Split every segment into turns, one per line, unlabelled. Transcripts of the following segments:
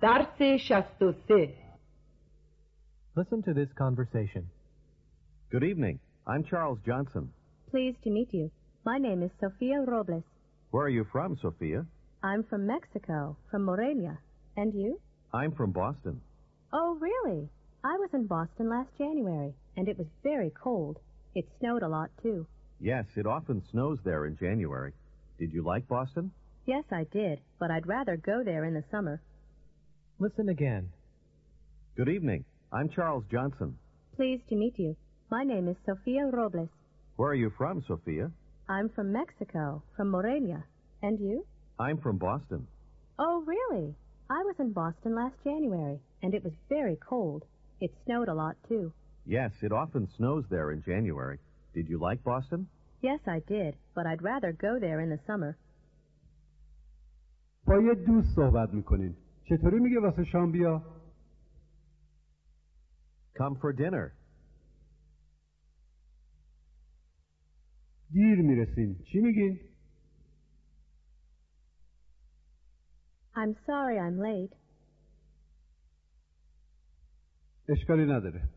درس 63
Listen to this conversation.
Good evening. I'm Charles Johnson.
Pleased to meet you. My name is Sofia Robles.
Where are you from, Sophia?
I'm from Mexico, from Morelia. And you?
I'm from Boston.
Oh, really? I was in Boston last January, and it was very cold. It snowed a lot, too.
Yes, it often snows there in January. Did you like Boston?
Yes, I did, but I'd rather go there in the summer.
Listen again.
Good evening. I'm Charles Johnson.
Pleased to meet you. My name is Sofia Robles.
Where are you from, Sophia?
I'm from Mexico, from Morelia. And you?
I'm from Boston.
Oh, really? I was in Boston last January, and it was very cold. It snowed a lot, too.
Yes, it often snows there in January. Did you like Boston?
Yes, I did, but I'd rather go there in the summer.
با یه دوست صحبت میکنین چطوری میگه واسه شام بیا
Come for dinner.
دیر میرسین چی میگین
I'm sorry I'm late.
اشکالی نداره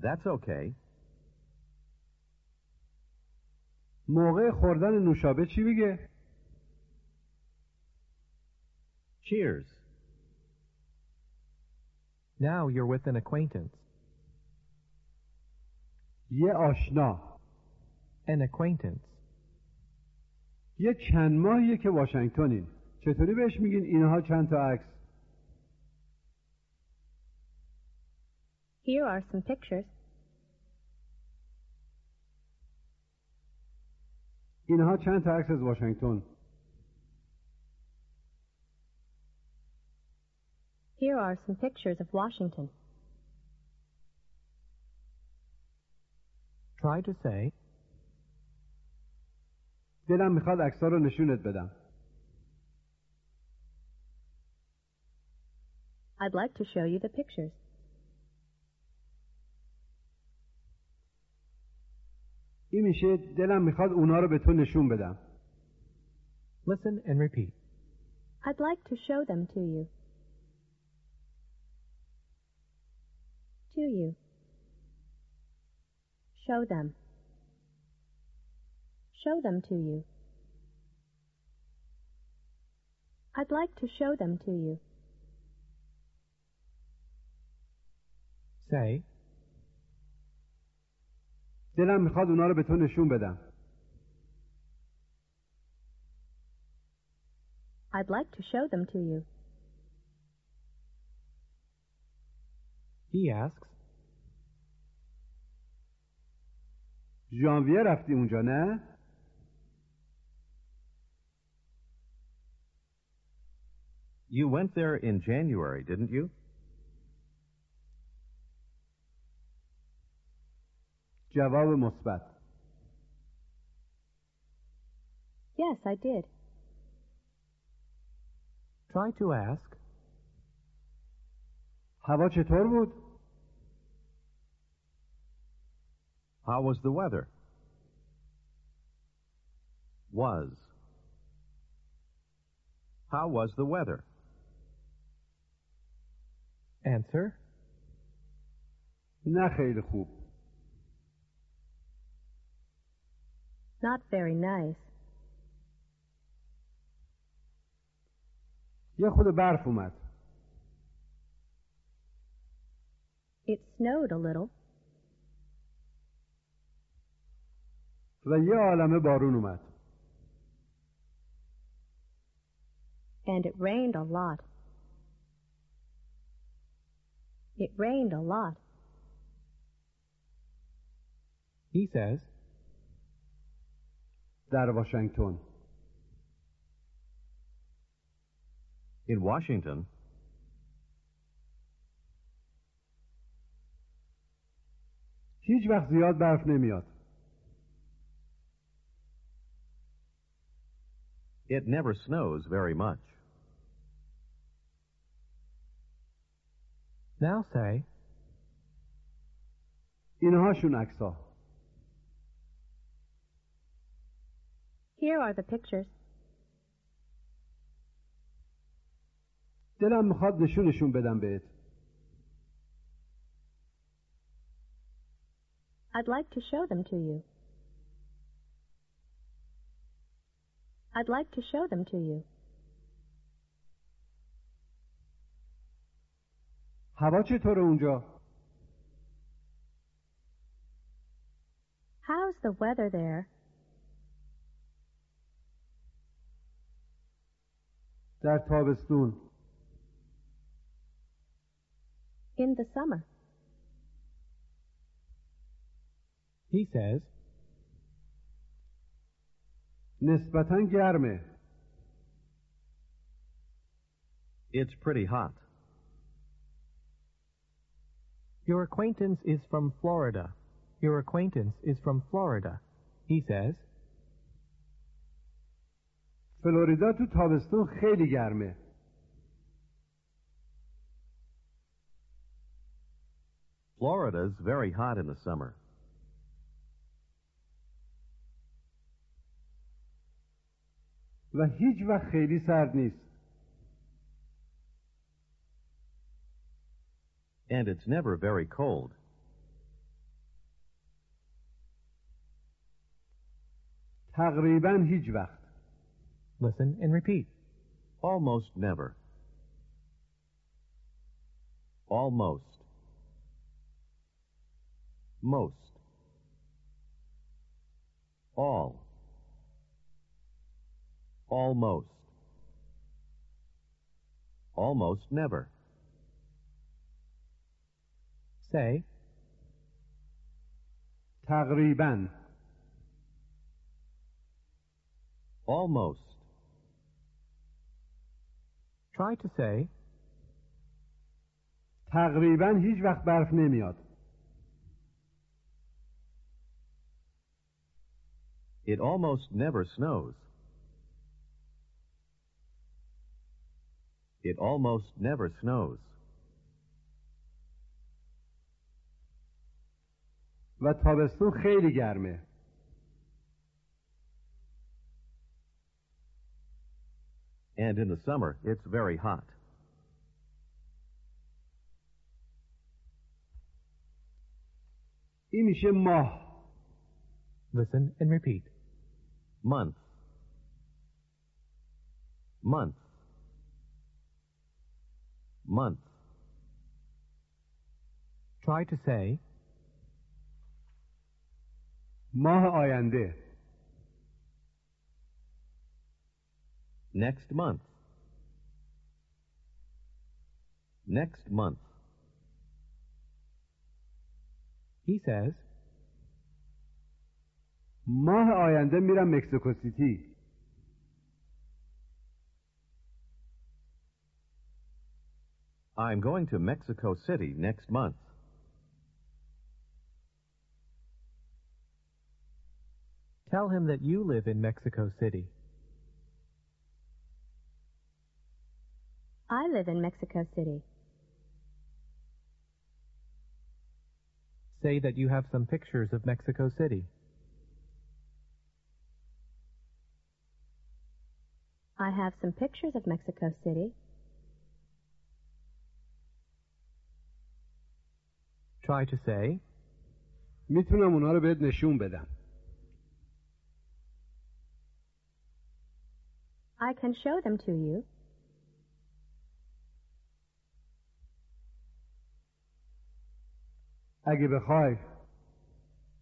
That's okay.
موقع خوردن نوشابه چی میگه
Cheers.
Now you're with an acquaintance.
یه آشنا
An acquaintance.
یه چند ماهیه که واشنگتنین چطوری بهش میگین اینها چند تا عکس
Here are some pictures.
اینها چند تا عکس از واشنگتن
Here are some pictures of Washington.
Try to say,
دلم میخواد عکس‌ها رو نشونت بدم
I'd like to show you the pictures.
این میشه دلم میخواد اونا رو به تو نشون بدم
listen and repeat.
I'd like to show them to you. To you. Show them. Show them to you. I'd like to show them to you.
Say,
دلم میخواد اونا رو به تو نشون بدم
I'd like to show them to you.
he asks,
ژانویه رفتی اونجا نه
You went there in January, didn't you?
جواب مثبت
Yes, I did.
try to ask,
هوا چطور بود
How was the weather? Was. How was the weather?
answer,
نه خیلی خوب
Not very nice.
یه خود برف اومد
It snowed a little,
و یه عالمه بارون اومد
and it rained a lot. It rained a lot.
he says,
در واشنگتن
In Washington,
هیچ وقت زیاد برف نمیاد
it never snows very much.
now say,
اینهاشون عکس‌ها
Here are the pictures.
دلم میخواد نشونشون بدم بهت
I'd like to show them to you. I'd like to show them to you.
هوا چطوره اونجا
How's the weather there?
در تابستون
In the summer.
He says,
نسبتا گرمه
It's pretty hot.
Your acquaintance is from Florida. Your acquaintance is from Florida. He says,
فلوریدا تو تابستون خیلی گرمه
Florida's very hot in the summer.
و هیچ وقت خیلی سرد نیست
And it's never very cold.
تقریبا هیچ وقت
Listen and repeat.
Almost never. Almost. Most. All. Almost. Almost never.
Say,
تقریبا
Almost.
try to say,
تقریبا هیچ وقت برف نمیاد
It almost never snows. It almost never snows.
و تابستون خیلی گرمه
And in the summer, it's very hot.
این میشه ماه
listen and repeat.
Month. Month. Month.
Try to say,
ماه آینده
Next month. Next month.
he says,
ماه آینده میرم مکسیکو سیتی
I'm going to Mexico City next month.
tell him that you live in Mexico City.
I live in Mexico City.
Say that you have some pictures of Mexico City.
I have some pictures of Mexico City.
Try to say,
میتونم اونا رو بهت نشون بدم
I can show them to you.
اگه بخوای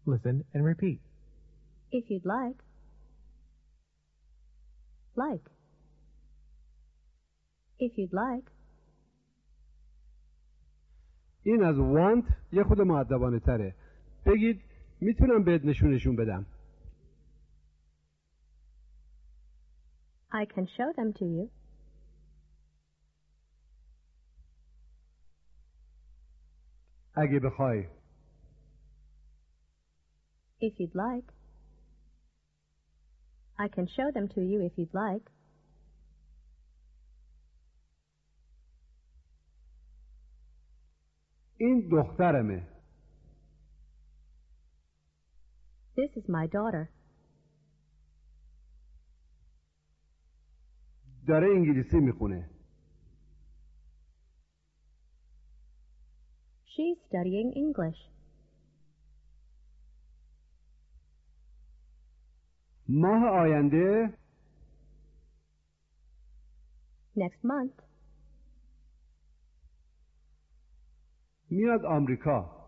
listen and repeat.
If you'd like. Like. If you'd like.
این از وانت یه خود معدبانه تره بگید میتونم بهت نشونشون بدم
I can show them to you.
اگه بخوای
If you'd like. I can show them to you if you'd like.
این دخترمه
This is my daughter.
داره انگلیسی میخونه
studying English.
ماه آینده
Next month,
میاد آمریکا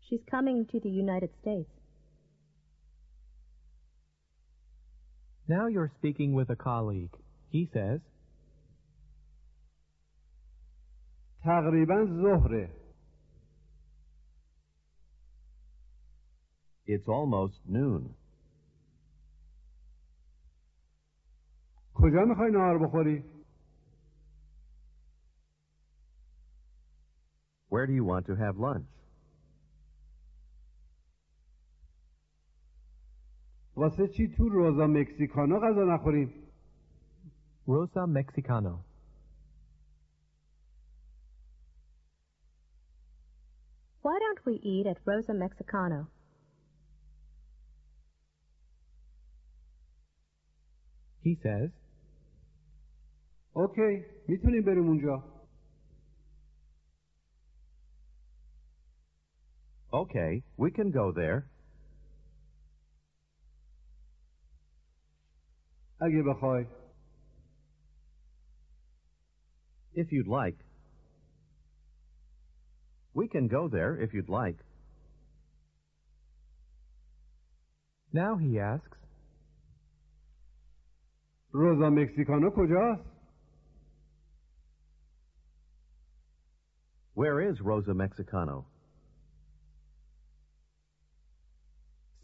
she's coming to the United States.
Now you're speaking with a colleague. He says,
تقریبا ظهره
It's almost noon.
کجا میخوای نهار بخوری؟
Where do you want to have lunch?
واسه چی تو روزا مکزیکانا غذا نخوریم؟
Rosa Mexicano.
Why don't we eat at Rosa Mexicano?
He says,
اوکی میتونیم بریم اونجا
Okay, we can go there.
اگه بخوای
If you'd like. We can go there if you'd like.
Now he asks,
روزا مکزیکانا کجاست؟
Where is Rosa Mexicano?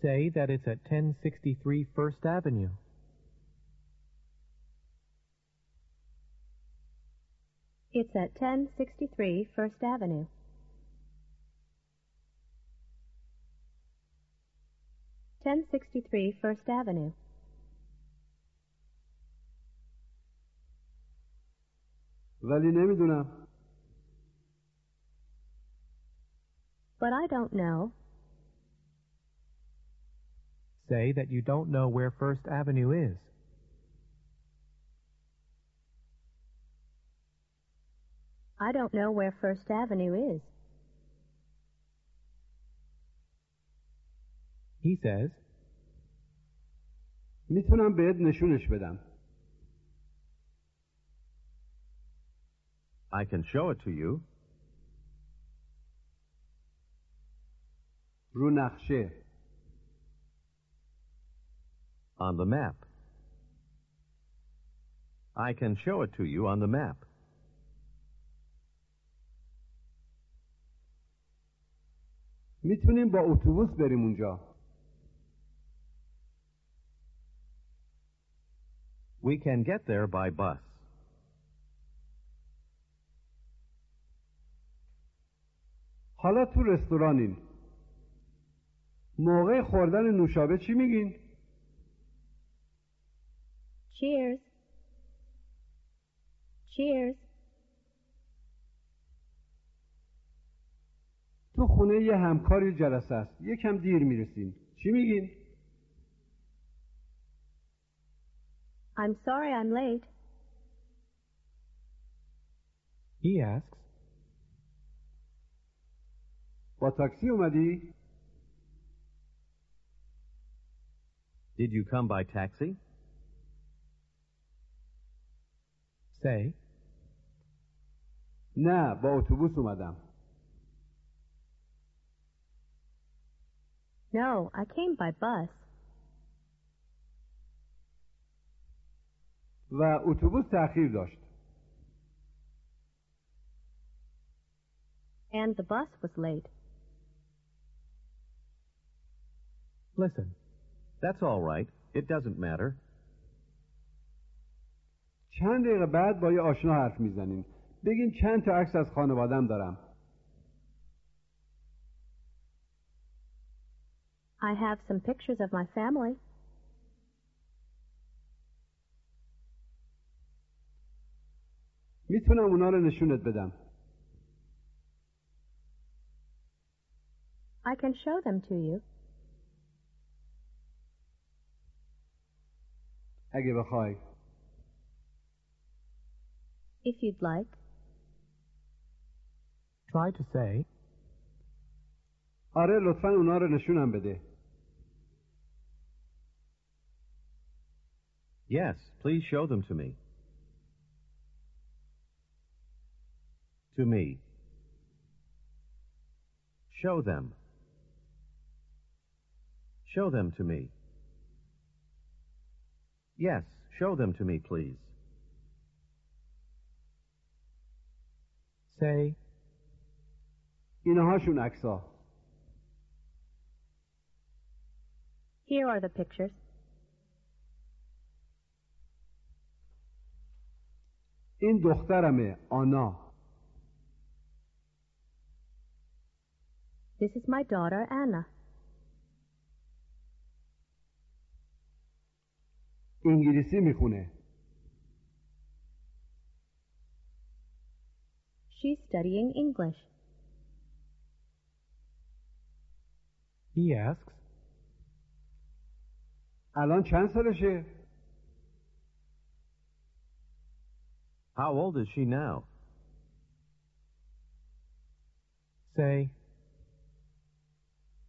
Say that it's at 1063 First Avenue.
It's at 1063 First Avenue. Ten sixty-three First Avenue.
ولی نمیدونم
But I don't know.
Say that you don't know where First Avenue is.
I don't know where First Avenue is.
He says,
میتونم بهت نشونش بدم
I can show it to you.
رو نقشه
on the map. I can show it to you on the map.
میتونیم با اتوبوس بریم اونجا
We can get there by bus.
حالا تو رستورانین موقع خوردن نوشابه چی میگین؟
Cheers. Cheers.
تو خونه یه همکاری جلسه است یکم دیر میرسین چی میگین؟
I'm sorry I'm late.
He asks,
با تاکسی اومدی؟
Did you come by taxi?
Say,
نه با اتوبوس اومدم
No, I came by bus.
و اتوبوس تأخیر داشت
And the bus was late.
listen.
That's all right. It doesn't matter.
چند دقیقه بعد با یه آشنا حرف میزنین بگین چند تا عکس از خانوادم دارم
I have some pictures of my family.
میتونم اونا رو نشونت بدم
I can show them to you
اگه بخوای
if you'd like.
Try to say,
آره لطفا اونا رو نشونم بده
Yes, please show them to me. To me. Show them. Show them to me. Yes, show them to me, please.
say,
اینهاشون عکسا
Here are the pictures.
این دخترمه آنا
This is my daughter, Anna.
انگلیسی میخونه
She's studying English.
he asks,
الان چند سالشه؟
How old is she now?
say,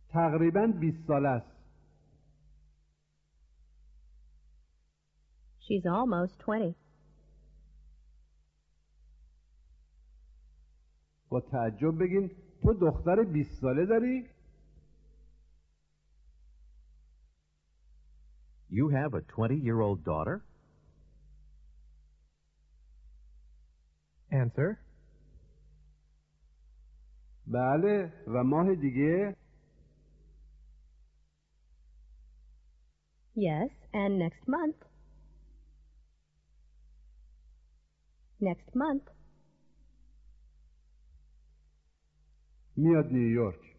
تقریبا 20 ساله است
She's almost 20.
با تعجب بگین تو دختر 20 ساله داری؟
You have a 20 year old daughter?
answer,
بله و ماه دیگه
Yes, and next month. Next month,
میاد نیویورک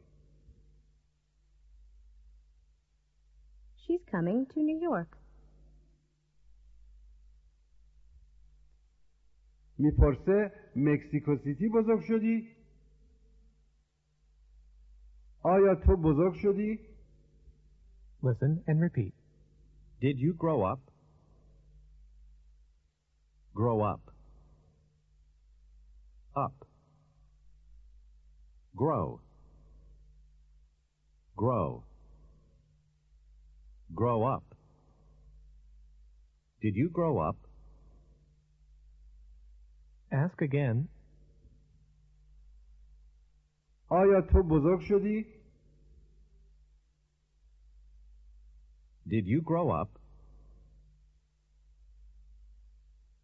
she's coming to New York.
میپرسه مکسیکو سیتی بزرگ شدی؟ آیا تو بزرگ شدی؟
listen and repeat.
Did you grow up? Grow up. Up. Grow. Grow. Grow up. Did you grow up?
Ask again,
آیا تو بزرگ شدی؟
Did you grow up?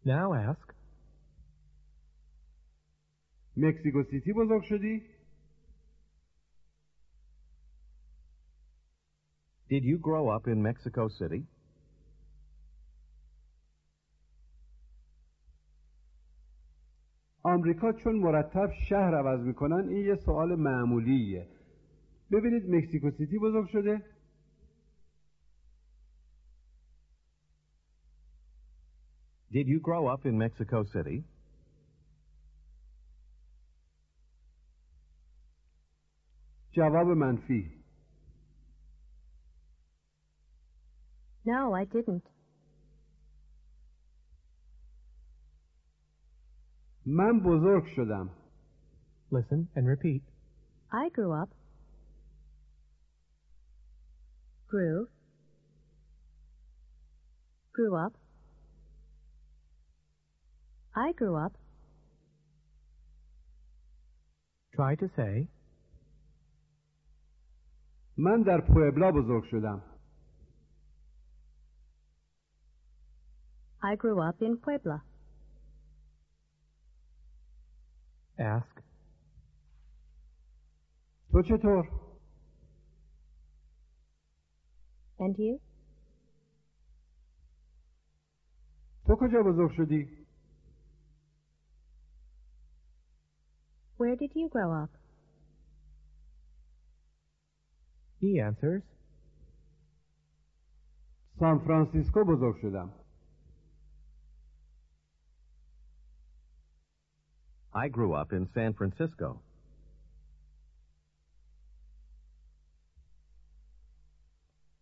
now ask,
مکسیکو سیتی بزرگ شدی؟
Did you grow up in Mexico City?
آمریکا چون مرتب شهر عوض میکنن این یه سوال معمولیه ببینید مکسیکو سیتی بزرگ شده
Did you grow up in Mexico City?
جواب منفی
No, I didn't.
من بزرگ شدم
listen and repeat.
I grew up. Grew. Grew up. I grew up.
Try to say,
من در پوئبلا بزرگ شدم
I grew up in Puebla.
ask,
تو چطور؟
And you?
تو کجا بزرگ شدی؟
Where did you grow up?
he e answers,
سان فرانسیسکو بزرگ شدم
I grew up in San Francisco.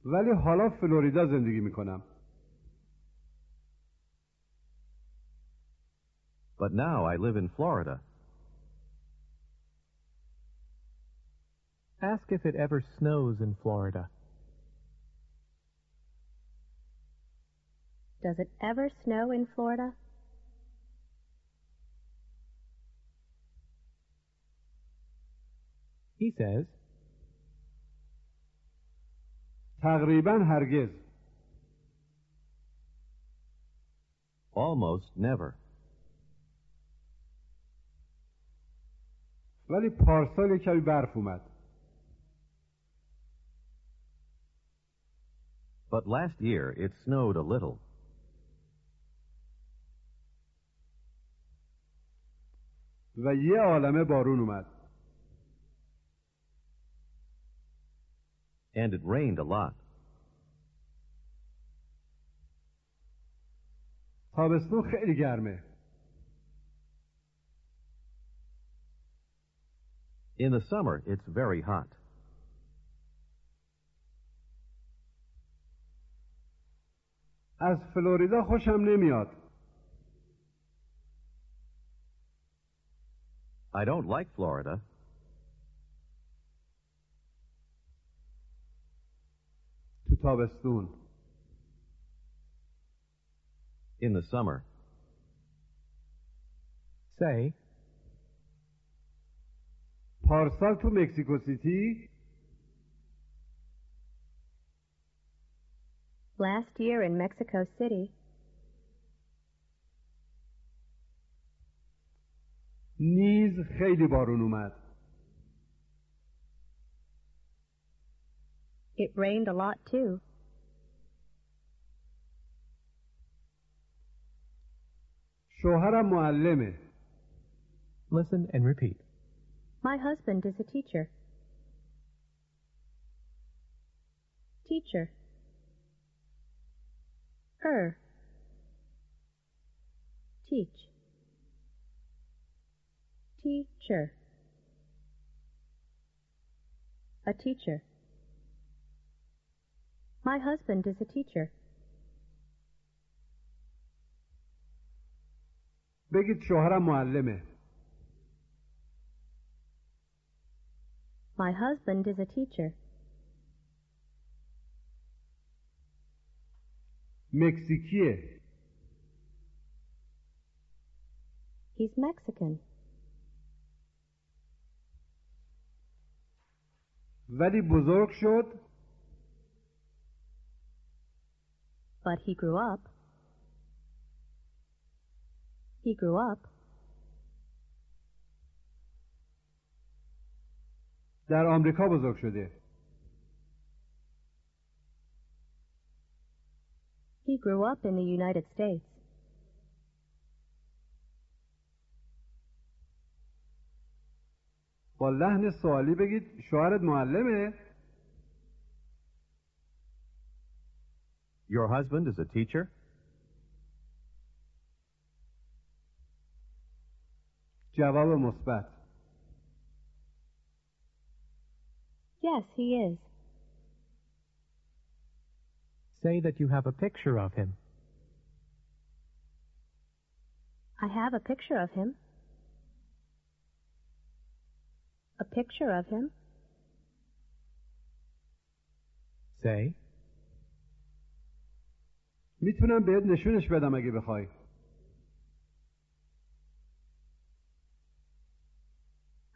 ولی حالا فلوریدا زندگی میکنم
But now I live in Florida.
Ask if it ever snows in Florida.
Does it ever snow in Florida?
He says,
تقریبا هرگز
Almost never.
ولی پارسال یه کمی برف اومد
But last year it snowed a little.
و یه عالمه بارون اومد
And it rained a lot.
تابستون خیلی گرمه
In the summer it's very hot.
از فلوریدا خوشم نمیاد
I don't like Florida.
تو تابستون
In the summer,
Say,
پارسال تو مکسیکو سیتی
Last year in Mexico City,
نیز خیلی بارون اومد
it rained a lot too.
شوهرم معلمه
listen and repeat.
My husband is a teacher. Teacher. Er. Teach. Teacher. A teacher. My husband is a teacher.
بگید شوهرم معلمه
My husband is a teacher.
مکزیکیه
He's Mexican.
ولی بزرگ شد
But he grew up. He grew up
در آمریکا بزرگ شده
He grew up in the United States.
با لحن سوالی بگید شوهرت معلمه
your husband is a teacher?
جواب مثبت
Yes, he is.
Say that you have a picture of him.
I have a picture of him. A picture of him.
Say,
میتونم بهت نشونش بدم اگه بخوای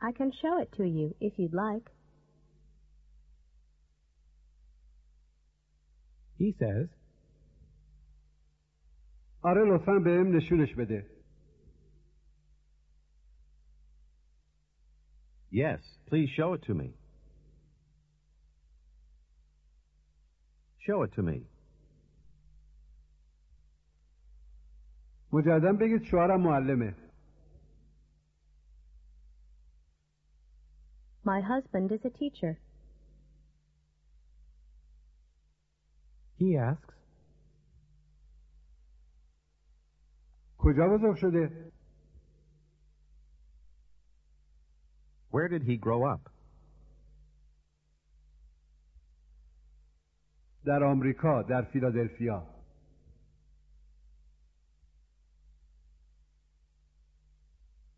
I can show it to you if you'd like.
he says,
آره لطفا بهم نشونش بده
Yes, please show it to me. Show it to me.
مجددا بگید شوهرم معلمه
My husband is a teacher.
he asks,
کجا بزرگ شده
Where did he grow up?
در آمریکا در فیلادلفیا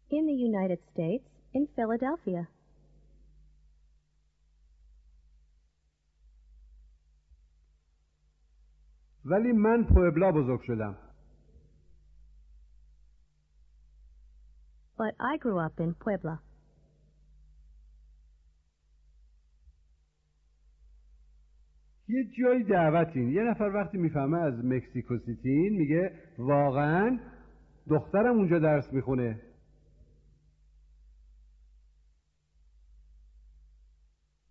In the United States, in Philadelphia.
ولی من پوئبلا بزرگ شدم
But I grew up in Puebla.
یه جایی دعوتین یه نفر وقتی میفهمه از مکسیکو سیتین میگه واقعا دخترم اونجا درس میخونه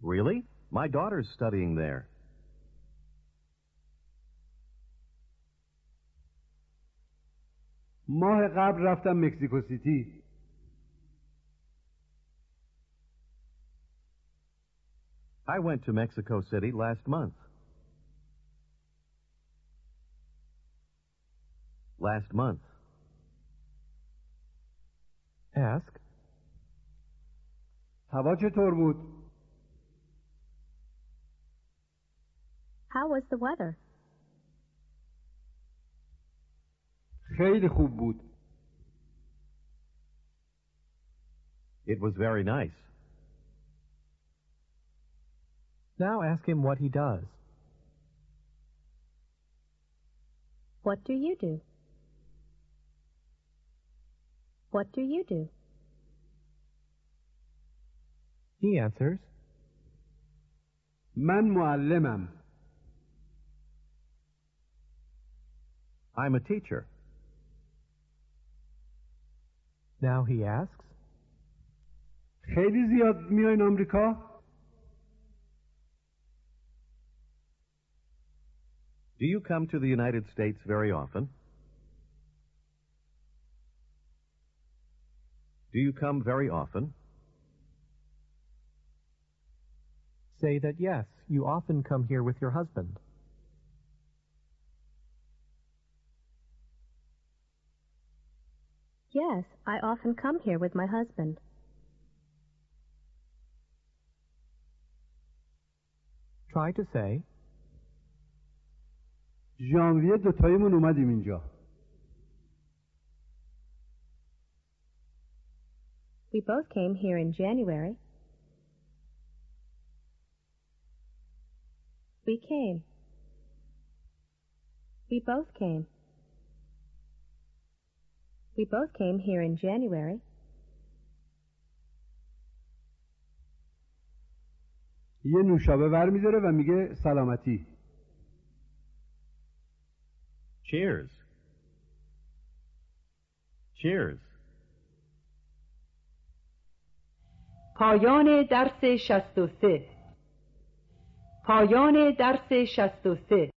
Really? My daughter's studying there.
ماه قبل رفتم مکزیکو سیتی
I went to Mexico City last month. Last month.
Ask,
هوا چطور بود
How was the weather?
خیلی خوب بود
It was very nice.
now ask him what he does.
What do you do? What do you do?
He answers,
من معلمم
I'm a teacher.
now he asks,
خیلی زیاد میاین آمریکا
Do you come to the United States very often? Do you come very often?
say that yes, you often come here with your husband.
Yes, I often come here with my husband.
Try to say,
ژانویه دوتایمون اومدیم اینجا
We both came here in January. We came. We both came. We both came here in January.
یه نوشابه ور میداره و میگه سلامتی
Cheers. Cheers.
پایان درس 63 پایان درس 63